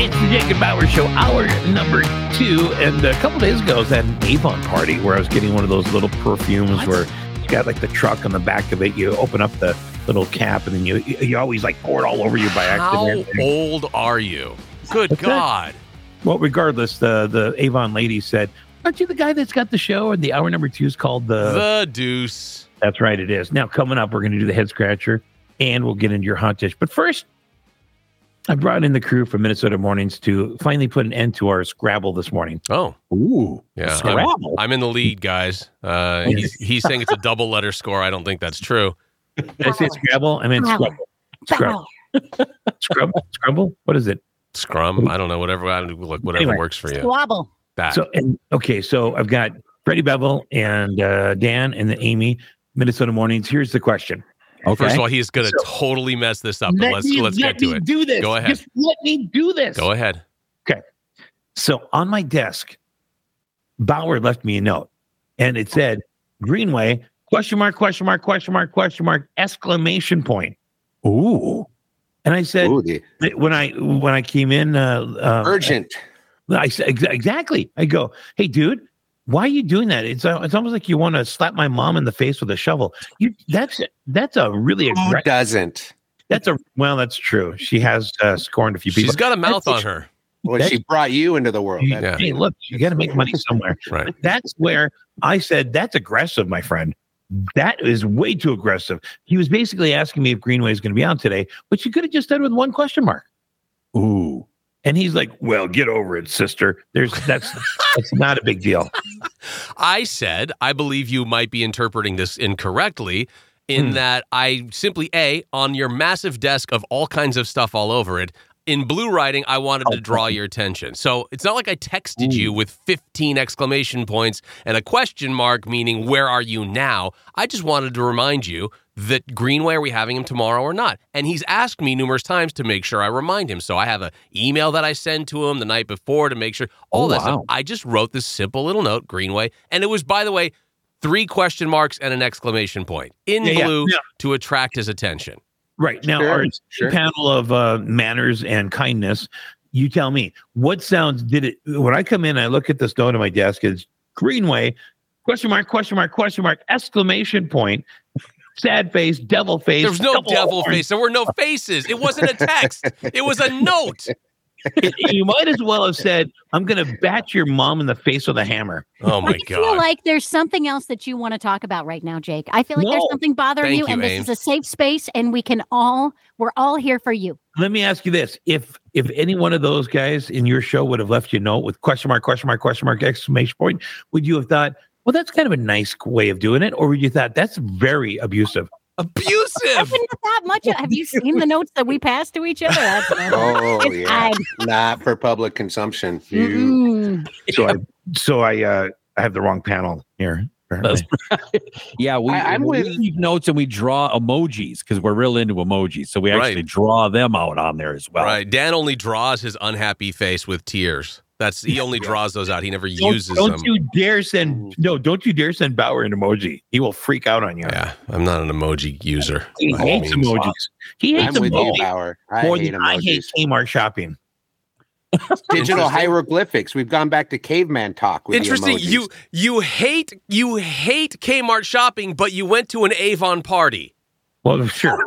It's the Jacob Bauer Show, hour number two. And a couple days ago, I was at an Avon party where I was getting one of those little perfumes What? where it's got like the truck on the back of it. You open up the little cap and then you you always like pour it all over you by How accident. old are you? Good What's that? God. Well, regardless, the the Avon lady said, "Aren't you the guy that's got the show?" And the hour number two is called the. The deuce. That's right, it is. Now coming up, we're going to do the head scratcher, and we'll get into your hot dish. But first, I brought in the crew from Minnesota Mornings to finally put an end to our Scrabble this morning. Oh, Ooh, yeah. I'm, Scrabble. I'm in the lead, guys. Uh, he's, he's saying it's a double letter score. I don't think that's true. Did I say Scrabble? I meant Scrabble. Scrabble. Scrabble. Scrabble. What is it? Scrum. I don't know. Whatever. I don't, look, whatever Anyway. works for you. Squabble. That. So and okay, so I've got Freddie Bevel and uh, Dan and then Amy. Minnesota Mornings. Here's the question. First of all, he's going to So- totally mess this up. But let's let's get to it. do this. Go ahead. Just let me do this. Go ahead. So on my desk, Bauer left me a note and it said Greenway question mark, question mark, question mark, question mark, exclamation point. Ooh. And I said Ooh, the when I when I came in uh, uh urgent. I said ex- exactly. I go, "Hey dude, why are you doing that? It's uh, it's almost like you want to slap my mom in the face with a shovel. You that's that's a really Who aggra- doesn't? that's a well, that's true. She has uh, scorned a few people. She's got a mouth on her. Well, she brought you into the world. You- That- Hey, look, you got to make money somewhere. Right. That's where I said, that's aggressive, my friend. That is way too aggressive. He was basically asking me if Greenway is going to be on today, which you could have just done with one question mark. Ooh. And he's like, well, get over it, sister. There's that's that's not a big deal. I said, I believe you might be interpreting this incorrectly in Hmm. that I simply, A, on your massive desk of all kinds of stuff all over it, in blue writing, I wanted Oh, to draw your attention. So it's not like I texted you with 15 exclamation points and a question mark, meaning, where are you now? I just wanted to remind you that Greenway, are we having him tomorrow or not? And he's asked me numerous times to make sure I remind him. So I have an email that I send to him the night before to make sure all Oh, that stuff. wow. I just wrote this simple little note, Greenway. And it was, by the way, three question marks and an exclamation point in Yeah, yeah. blue Yeah. to attract his attention. Right. Now, Sure, our sure. panel of uh, manners and kindness, you tell me what sounds did it when I come in, I look at this note on my desk, it's Greenway, question mark, question mark, question mark, exclamation point, sad face, devil face. There was no devil horn. face. There were no faces. It wasn't a text. It was a note. you might as well have said, I'm going to bat your mom in the face with a hammer. Oh I my just feel god! like there's something else that you want to talk about right now, Jake. I feel like there's No. something bothering Thank you, you, and this Ames. is a safe space, and we can all we're all here for you. Let me ask you this. If if any one of those guys in your show would have left you a note with question mark, question mark, question mark, exclamation point, would you have thought, well, that's kind of a nice way of doing it? Or would you thought that's very abusive? I Abusive. wouldn't have that much. Have you seen the notes that we pass to each other? I don't know. Oh, It's yeah. odd. Not for public consumption. You- Mm-mm. So I so I uh I have the wrong panel here. apparently. Yeah, we, I- I'm we with- leave notes and we draw emojis because we're real into emojis. So we actually Right. draw them out on there as well. Right. Dan only draws his unhappy face with tears. That's he only draws those out. He never Don't, uses don't them. you dare send no, don't you dare send Bauer an emoji. He will freak out on you. yeah, I'm not an emoji user. He by all hates means. emojis. He I'm hates with you, emojis Bauer. I more hate than I hate emojis. Kmart shopping. Digital Interesting. hieroglyphics. We've gone back to caveman talk. With the Interesting. emojis. You you hate you hate Kmart shopping, but you went to an Avon party. Well, sure.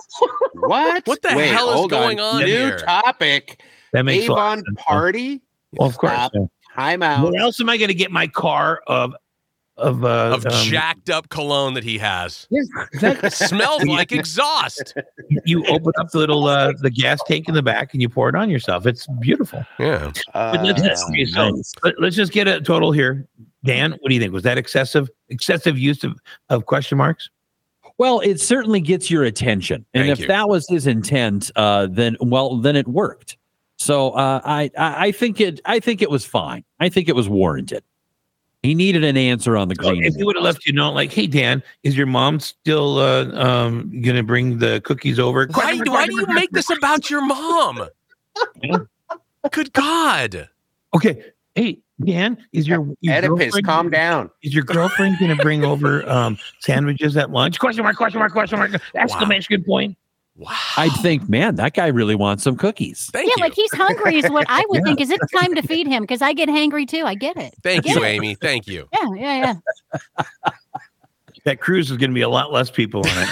what? What the Wait, hell is hold going on New here? topic. That makes a lot Avon of sense. party. Well, of course. Stop. yeah. Time out. Where else am I going to get my car of of uh, Of um, jacked up cologne that he has. exactly. Smells like exhaust. you open up the little uh, the gas tank in the back and you pour it on yourself. It's beautiful. Yeah. But let's, Uh, okay, so let- let's just get a total here. Dan, what do you think? Was that excessive excessive use of, of question marks? Well, it certainly gets your attention, and Thank if you. that was his intent, uh, then well, then it worked. So uh, I, I I think it I think it was fine. I think it was warranted. He needed an answer on the So green. if you would have left you know, like, hey Dan, is your mom still uh, um, going to bring the cookies over? Why, why do you make this about your mom? Good God. Okay. Hey Dan, is your your Oedipus, girlfriend- calm down. Is your girlfriend going to bring over um, sandwiches at lunch? Question mark, question mark, question mark, exclamation point. Wow. I'd think, man, that guy really wants some cookies. Thank Yeah, you. like he's hungry is what I would Yeah. think. Is it's time to feed him? Because I get hangry too. I get it. Thank you, Yeah. Amy. Thank you. Yeah, yeah, yeah. That cruise is going to be a lot less people on it.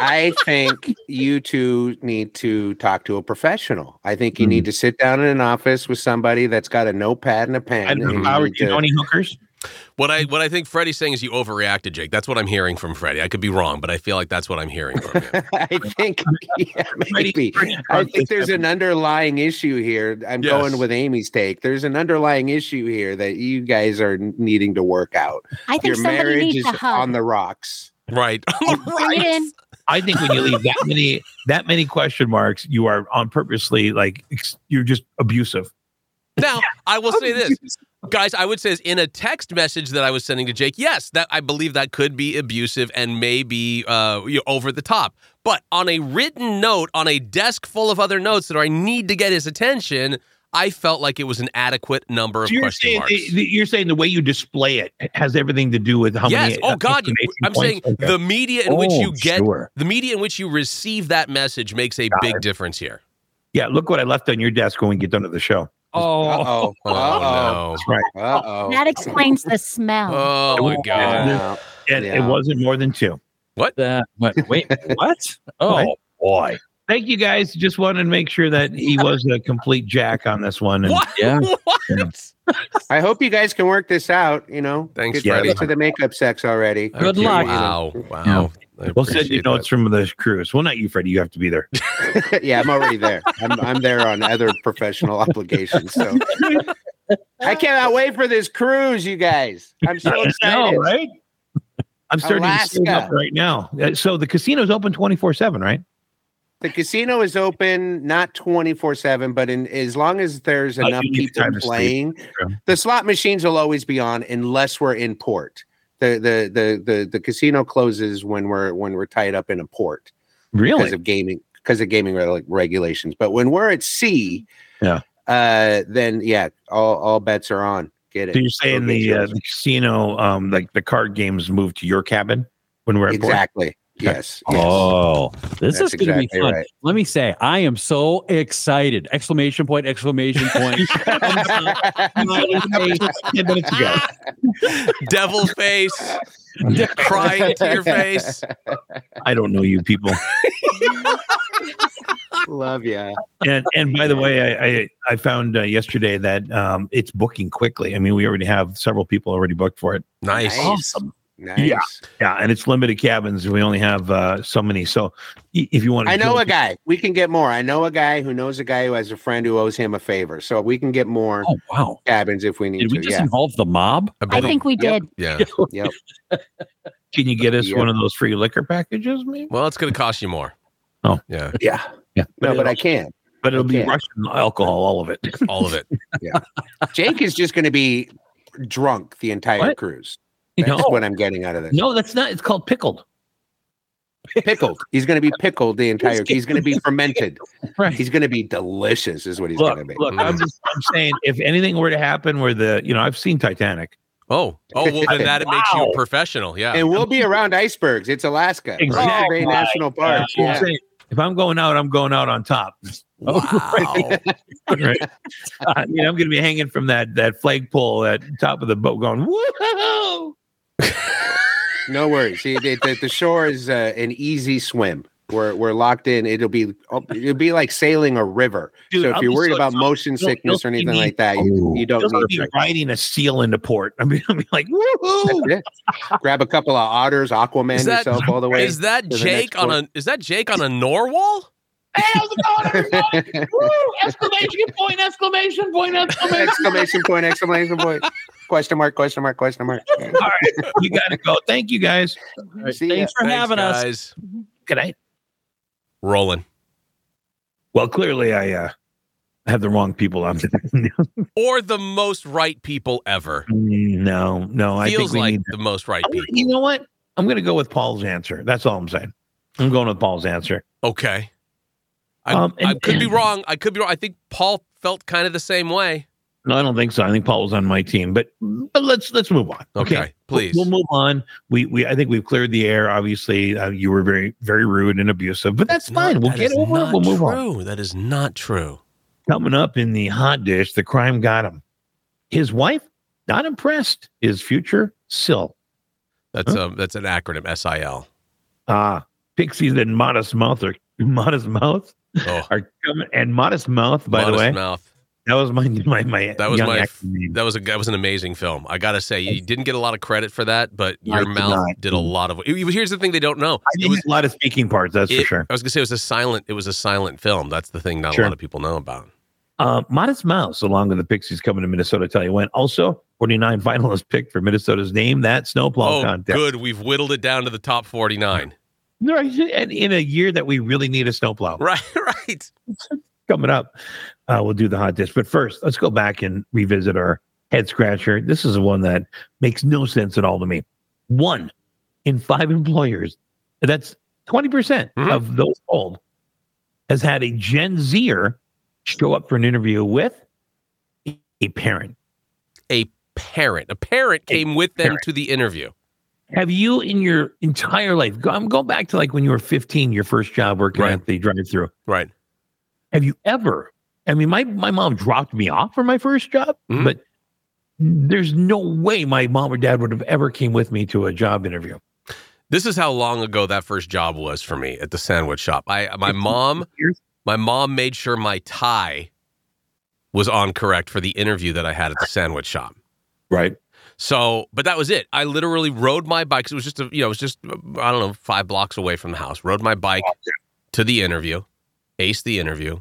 I think you two need to talk to a professional. I think you need to sit down in an office with somebody that's got a notepad and a pen. I don't and know, you Howard, need do you to- know any hookers? What I what I think Freddie's saying is you overreacted, Jake. That's what I'm hearing from Freddie. I could be wrong, but I feel like that's what I'm hearing from you. I think, yeah, Freddie- maybe. Freddie I Prinze think there's happened. an underlying issue here. I'm Yes. going with Amy's take. There's an underlying issue here that you guys are needing to work out. I think Your somebody marriage needs is to hug. on the rocks. right. Bring it in. I think when you leave that many that many question marks, you are on purposely like ex- you're just abusive. Now, I will say this. Guys, I would say this, in a text message that I was sending to Jake, yes, that I believe that could be abusive and maybe uh, you know, over the top. But on a written note, on a desk full of other notes that are, I need to get his attention, I felt like it was an adequate number of So you're, question saying marks. the, you're saying the way you display it has everything to do with how yes. many. oh God, you- exclamation I'm saying points? Okay. the media in which Oh, you get sure. the media in which you receive that message makes a big difference here. yeah. Look what I left on your desk when we get done with the show. Uh Oh, oh. Oh, Uh no. oh. Uh oh. That explains the smell. Oh my God. And Yeah. it wasn't more than two. that, what, Uh, wait, what? What? Oh boy, Thank you guys. Just wanted to make sure that he was a complete jack on this one. And What? Yeah. What? I hope you guys can work this out. You know, Thanks, Get Freddie. to the makeup sex already. Good luck. Wow. Wow. I We'll send you appreciate that. notes from the cruise. Well, not you, Freddie. You have to be there. yeah, I'm already there. I'm, I'm there on other professional obligations. So I cannot wait for this cruise, you guys. I'm so I excited. know, right? I'm starting to save Alaska. up right now. Uh, So the casino's open 24 7, right? The casino is open not 24 7, but in, as long as there's Oh, you enough need people time to sleep. playing, True. the slot machines will always be on unless we're in port. The, the the the the casino closes when we're when we're tied up in a port. because Really? of gaming because of gaming reg- regulations. But when we're at sea, Yeah. uh, then yeah, all all bets are on. Get it? So you're saying Go get the, uh, yours. the casino, um, like the card games moved to your cabin when we're at port? exactly? Yes. yes. oh, this That's is going to exactly be fun. right. Let me say, I am so excited! Exclamation point! Exclamation point! Ten minutes ago. Devil face. Crying to your face. I don't know you people. Love ya. And and by the way, I I, I found uh, yesterday that um, it's booking quickly. I mean, we already have several people already booked for it. Nice. Nice. Nice. Yeah. Yeah, and it's limited cabins. We only have uh, so many. So i- if you want, to I know a guy. We can get more. I know a guy who knows a guy who has a friend who owes him a favor. So we can get more Oh wow! cabins if we need Did we to. just yeah. involve the mob? I think we Yep. did. Yeah. Can you get us Oh, Yeah. one of those free liquor packages? Maybe. Well, it's going to cost you more. Oh. Yeah. Yeah. Yeah, No, but I can't. But it'll be Okay. Russian alcohol, all of it. All of it. Jake is just going to be drunk the entire What? cruise. You That's know? what I'm getting out of this. No, that's not. It's called pickled. pickled. He's going to be pickled the entire. He's going to be fermented. Right. He's going to be delicious, is what he's look, going to be. look. I'm just. I'm saying, if anything were to happen, where the you know, I've seen Titanic. Oh. Oh, well, then that makes you Wow. a professional. Yeah. And we'll be around icebergs. It's Alaska, It's Exactly. a great Oh my National Park. I'm Yeah. Oh, saying, if I'm going out, I'm going out on top. Wow. right? I mean, I'm going to be hanging from that that flagpole at top of the boat, going whoa. No worries. See, the, the, the shore is uh, an easy swim. We're we're locked in. It'll be oh, it'll be like sailing a river. Dude, so if I'm you're just worried so about excited. motion You'll- sickness or you'll see anything me- like that, you, you don't Just need like to. riding a seal into port. I mean, I'll be like woohoo. That's it. Grab a couple of otters, Aquaman Is that- yourself all the way. Is that the Jake next on one. a is that Jake on a narwhal? Hey, how's it going, everybody? Woo! Exclamation point! Exclamation point! Exclamation! exclamation point! Exclamation point! Question mark! Question mark! Question mark! All right, we gotta go. Thank you guys. See ya. Thanks for Thanks, having us. guys. Good night. Rolling. Well, clearly I uh, have the wrong people on. Or the most right people ever. no, no, I think Feels we like need. the most right I'm gonna- people. you know what? I'm going to go with Paul's answer. That's all I'm saying. I'm going with Paul's answer. Okay. I, Um, I and- could be wrong. I could be wrong. I think Paul felt kind of the same way. No, I don't think so. I think Paul was on my team, but but let's let's move on. Okay, please. We'll move on. We we I think we've cleared the air. Obviously, uh, you were very very rude and abusive, but that's Not- fine. we'll that get is over it. not We'll move on. true. That is not true. Coming up in the hot dish, the crime got him. His wife not impressed. His future sill. That's um that's an acronym S I L. Ah, Pixies and Modest Mouth are Modest Mouth Oh, are coming and Modest Mouth. By the Modest way, mouth. that was my my my That was young my- actor name. That was a that was an amazing film. I gotta say, you didn't get a lot of credit for that, but your did mouth not. did a lot of. it- Here's the thing: they don't know. I It did was, a lot of speaking parts. That's for it- sure. I was gonna say it was a silent. It was a silent film. That's the thing. Not Sure. a lot of people know about. Uh, Modest Mouse, along with the Pixies coming to Minnesota, tell you when. Also, 49 finalists picked for Minnesota's Name That Snowplow oh, contest. good. We've whittled it down to the top forty-nine. Right, and in a year that we really need a snowplow. Right, right. Coming up, uh, we'll do the hot dish. But first, let's go back and revisit our head scratcher. This is one that makes no sense at all to me. One in five employers, that's 20% percent Mhm. of those polled, has had a Gen Zer show up for an interview with a parent. Parent. A parent came with them parent. to the interview. Have you in your entire life, go, I'm going back to like when you were 15, your first job working Right. at the drive through. Right. Have you ever, I mean, my, my mom dropped me off for my first job, Mhm. but there's no way my mom or dad would have ever came with me to a job interview. This is how long ago that first job was for me at the sandwich shop. I my mom years? my mom made sure my tie was on correct for the interview that I had at the sandwich shop. Right. So, but that was it. I literally rode my bike. 'cause It was just a, you know, it was just I don't know, 5 blocks away from the house. Rode my bike to the interview. Aced the interview.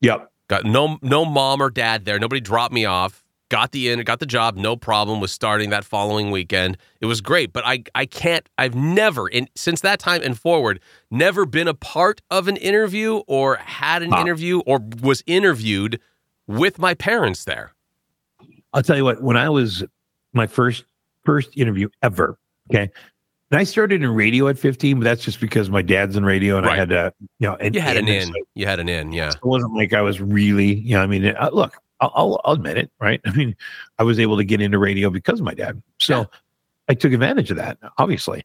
Yep. Got no no mom or dad there. Nobody dropped me off. Got the in, got the job, no problem. Was starting that following weekend. It was great, but I I can't. I've never in since that time and forward never been a part of an interview or had an Ah. interview or was interviewed with my parents there. I'll tell you what, when I was my first, first interview ever, okay. And I started in radio at 15, but that's just because my dad's in radio and I Right. had a, you know, and You had an and so- in. You had an in. Yeah. it wasn't like I was really, you know, I mean, uh, look, I'll, I'll- I'll admit it, right? I mean, I was able to get into radio because of my dad. So Yeah. I took advantage of that, obviously.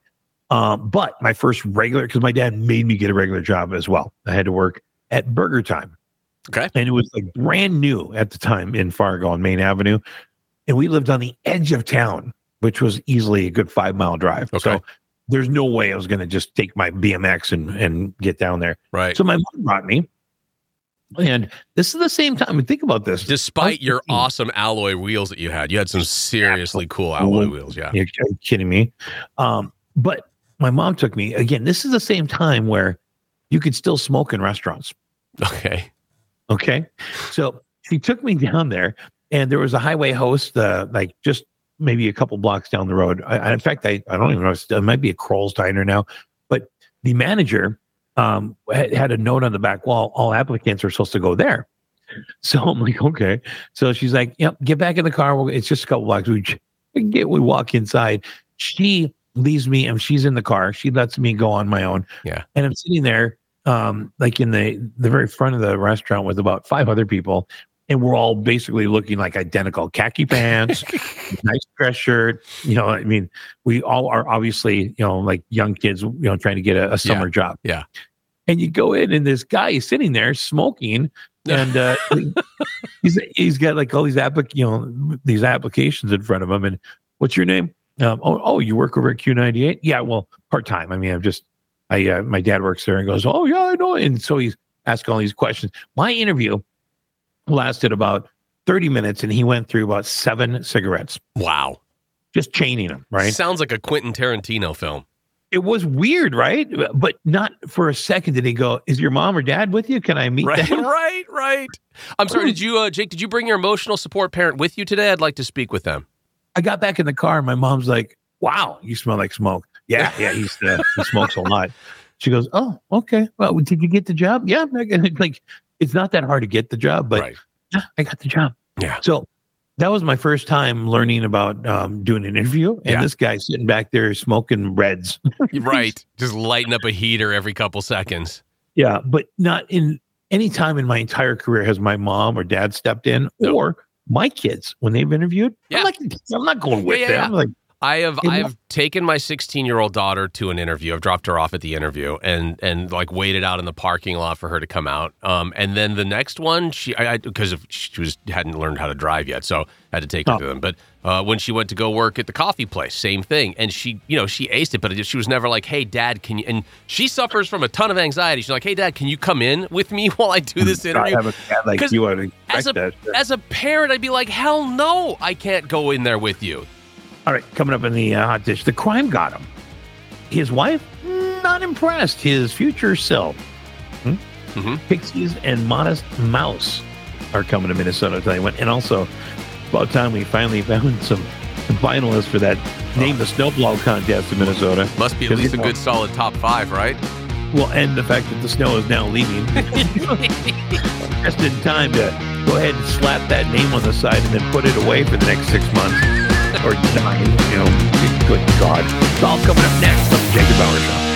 Um, but my first regular, because my dad made me get a regular job as well. I had to work at Burger Time. Okay. And it was like brand new at the time in Fargo on Main Avenue. And we lived on the edge of town, which was easily a good five mile drive. Okay. So there's no way I was going to just take my BMX and, and get down there. Right. So my mom brought me. And this is the same time. and Think about this. Despite your Mm. awesome alloy wheels that you had, you had some seriously cool alloy Absolutely. wheels. Yeah. You're, you're kidding me. Um, but my mom took me again. This is the same time where you could still smoke in restaurants. Okay. Okay. So she took me down there, and there was a highway host, uh, like just maybe a couple blocks down the road. I, I- in fact, I, I don't even know. It might be a Kroll's diner now, but the manager um, had, had a note on the back wall. All applicants are supposed to go there. So I'm like, okay. So she's like, yep, get back in the car. We'll, it's just a couple blocks. We j- get, we walk inside. She leaves me, and she's in the car. She lets me go on my own. Yeah. And I'm sitting there um, like in the the very front of the restaurant with about five other people, and we're all basically looking like identical khaki pants, nice dress shirt. You know, I mean, we all are obviously you know like young kids, you know, trying to get a, a summer job. yeah. And you go in, and this guy is sitting there smoking, and uh, he's he's got like all these applic you know these applications in front of him. And what's your name? Um, oh, oh, you work over at Q ninety eight? Yeah, well, part time. I mean, I'm just I uh, my dad works there and goes, oh yeah, I know. And so he's asking all these questions. My interview lasted about thirty minutes, and he went through about seven cigarettes, Wow. just chaining them. Right? Sounds like a Quentin Tarantino film. It was weird, right? But not for a second did he go, "Is your mom or dad with you? Can I meet Right, them?" right, right. I'm sorry. Did you, uh, Jake? Did you bring your emotional support parent with you today? I'd like to speak with them. I got back in the car, and my mom's like, "Wow, you smell like smoke." Yeah, yeah, he's uh, he smokes a lot. She goes, "Oh, okay. Well, did you get the job?" Yeah, like it's not that hard to get the job, but right. yeah, I got the job. Yeah. So that was my first time learning about um, doing an interview, and Yeah. this guy sitting back there smoking reds. right. Just lighten up a heater every couple seconds. Yeah, but not in any time in my entire career has my mom or dad stepped in, No. or my kids when they've interviewed. Yeah. I'm, like, I'm not going with Yeah, yeah, them. yeah. I'm like, I have And I have taken my 16 year old daughter to an interview. I've dropped her off at the interview and and like waited out in the parking lot for her to come out. Um, and then the next one, she I because of she was hadn't learned how to drive yet, so I had to take her Oh. to them. But uh, when she went to go work at the coffee place, same thing. And she you know she aced it, but it just, she was never like, hey dad, can you? And she suffers from a ton of anxiety. She's like, hey dad, can you come in with me while I do this I interview? have a dad like 'Cause you. I would expect as a- that. As a parent, I'd be like, hell no, I can't go in there with you. All right, coming up in the uh, hot dish, the crime got him. His wife, not impressed. His future self, hmm? Mhm. Pixies and Modest Mouse are coming to Minnesota. I'll tell you what. And also, about time we finally found some finalists for that name the snowblow contest in Minnesota. Must be at least a good solid top five, right? Well, and the fact that the snow is now leaving, just in time to go ahead and slap that name on the side and then put it away for the next six months or nine. You know, good God, it's all coming up next. on the Jacob Bauer Show.